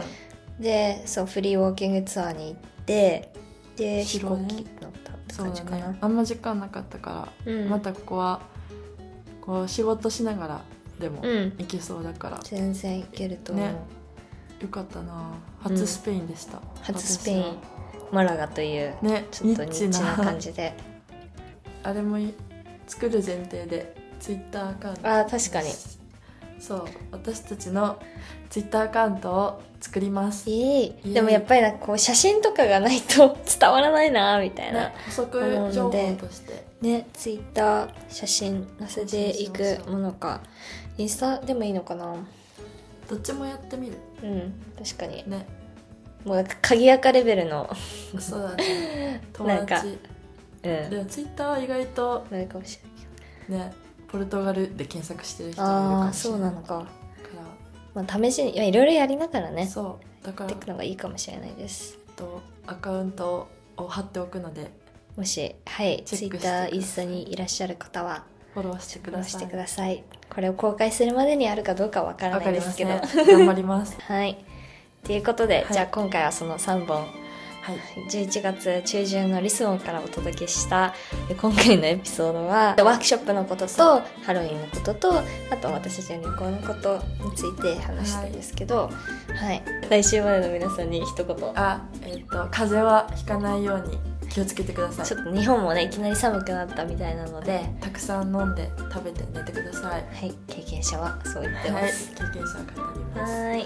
[SPEAKER 2] でそうフリーウォーキングツアーに行ってで飛
[SPEAKER 1] 白
[SPEAKER 2] 行
[SPEAKER 1] ね
[SPEAKER 2] 機乗ったって
[SPEAKER 1] そう
[SPEAKER 2] 感じ
[SPEAKER 1] だ
[SPEAKER 2] かな
[SPEAKER 1] ねあんま時間なかったか
[SPEAKER 2] う
[SPEAKER 1] ら、
[SPEAKER 2] ん
[SPEAKER 1] またここはこう仕事しながらでも
[SPEAKER 2] うん
[SPEAKER 1] 行けそうだから、
[SPEAKER 2] 全然行けると思う、
[SPEAKER 1] ねよかったな初スペインでした、
[SPEAKER 2] 初スペインマラガという
[SPEAKER 1] 私はね
[SPEAKER 2] ちょ
[SPEAKER 1] ニ
[SPEAKER 2] っと
[SPEAKER 1] ッ
[SPEAKER 2] ニ
[SPEAKER 1] チ
[SPEAKER 2] ッ
[SPEAKER 1] な
[SPEAKER 2] チな感じで
[SPEAKER 1] あれもい作る前提でツイッターアカウント
[SPEAKER 2] あー確かに
[SPEAKER 1] そう私たちのツイッターアカウントを作ります、
[SPEAKER 2] いい
[SPEAKER 1] い
[SPEAKER 2] でもやっぱりなんかこう写真とかがないと <laughs> 伝わらないなみたいな
[SPEAKER 1] ね、補足情報として
[SPEAKER 2] ねツイッター写真載せてい
[SPEAKER 1] そう
[SPEAKER 2] く
[SPEAKER 1] そうそう
[SPEAKER 2] ものかインスタでもいいのかな
[SPEAKER 1] どっちもやってみる
[SPEAKER 2] うん確かに <laughs>
[SPEAKER 1] ね
[SPEAKER 2] もうなんか鍵垢レベルの
[SPEAKER 1] そうだね友
[SPEAKER 2] なんか
[SPEAKER 1] 達
[SPEAKER 2] うん
[SPEAKER 1] でもツイッターは意外と
[SPEAKER 2] なるかもしれない
[SPEAKER 1] ねポルトガルで検索してる人もいるか
[SPEAKER 2] ああ
[SPEAKER 1] も
[SPEAKER 2] ー
[SPEAKER 1] し
[SPEAKER 2] そ
[SPEAKER 1] れ
[SPEAKER 2] う
[SPEAKER 1] な
[SPEAKER 2] ないのか、
[SPEAKER 1] から
[SPEAKER 2] まあ、試しにいやいろいろやりながらねや
[SPEAKER 1] そうだか
[SPEAKER 2] っ
[SPEAKER 1] ら
[SPEAKER 2] ていくのがいいかもしれないです
[SPEAKER 1] えっとアカウントを貼っておくので
[SPEAKER 2] もしはい
[SPEAKER 1] チ
[SPEAKER 2] ツ
[SPEAKER 1] ェ
[SPEAKER 2] イ
[SPEAKER 1] ック
[SPEAKER 2] ッ
[SPEAKER 1] してくだ
[SPEAKER 2] タ
[SPEAKER 1] さい
[SPEAKER 2] ーインスタにいらっしゃる方は
[SPEAKER 1] フォローしてくださ
[SPEAKER 2] して
[SPEAKER 1] い
[SPEAKER 2] くださいこれを公開するまでにあるかどうかわから
[SPEAKER 1] わ
[SPEAKER 2] な
[SPEAKER 1] か
[SPEAKER 2] い
[SPEAKER 1] り
[SPEAKER 2] で
[SPEAKER 1] ますす
[SPEAKER 2] けど
[SPEAKER 1] ね頑張ります
[SPEAKER 2] はい。ということで、
[SPEAKER 1] はい
[SPEAKER 2] じゃあ今回はその3本
[SPEAKER 1] はい
[SPEAKER 2] 11月中旬のリスボンからお届けしたえ今回のエピソードはワークショップのこととハロウィンのこととあと私たちの旅行のことについて話したんですけど、はい来週までの皆さんに一言ちょ
[SPEAKER 1] あえっ、と風邪はひかないように気をつけてください
[SPEAKER 2] っと日本もねいきなり寒くなったみたいなので、
[SPEAKER 1] たくさん飲んで食べて寝てください
[SPEAKER 2] はい、経験者はそう言って
[SPEAKER 1] は
[SPEAKER 2] ま
[SPEAKER 1] い
[SPEAKER 2] す。
[SPEAKER 1] 経験者は語り
[SPEAKER 2] は
[SPEAKER 1] ます
[SPEAKER 2] ーい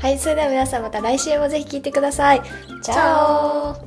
[SPEAKER 2] はいそれでは皆さんまた来週もぜひ聞いてください。チャ
[SPEAKER 1] チャ
[SPEAKER 2] オ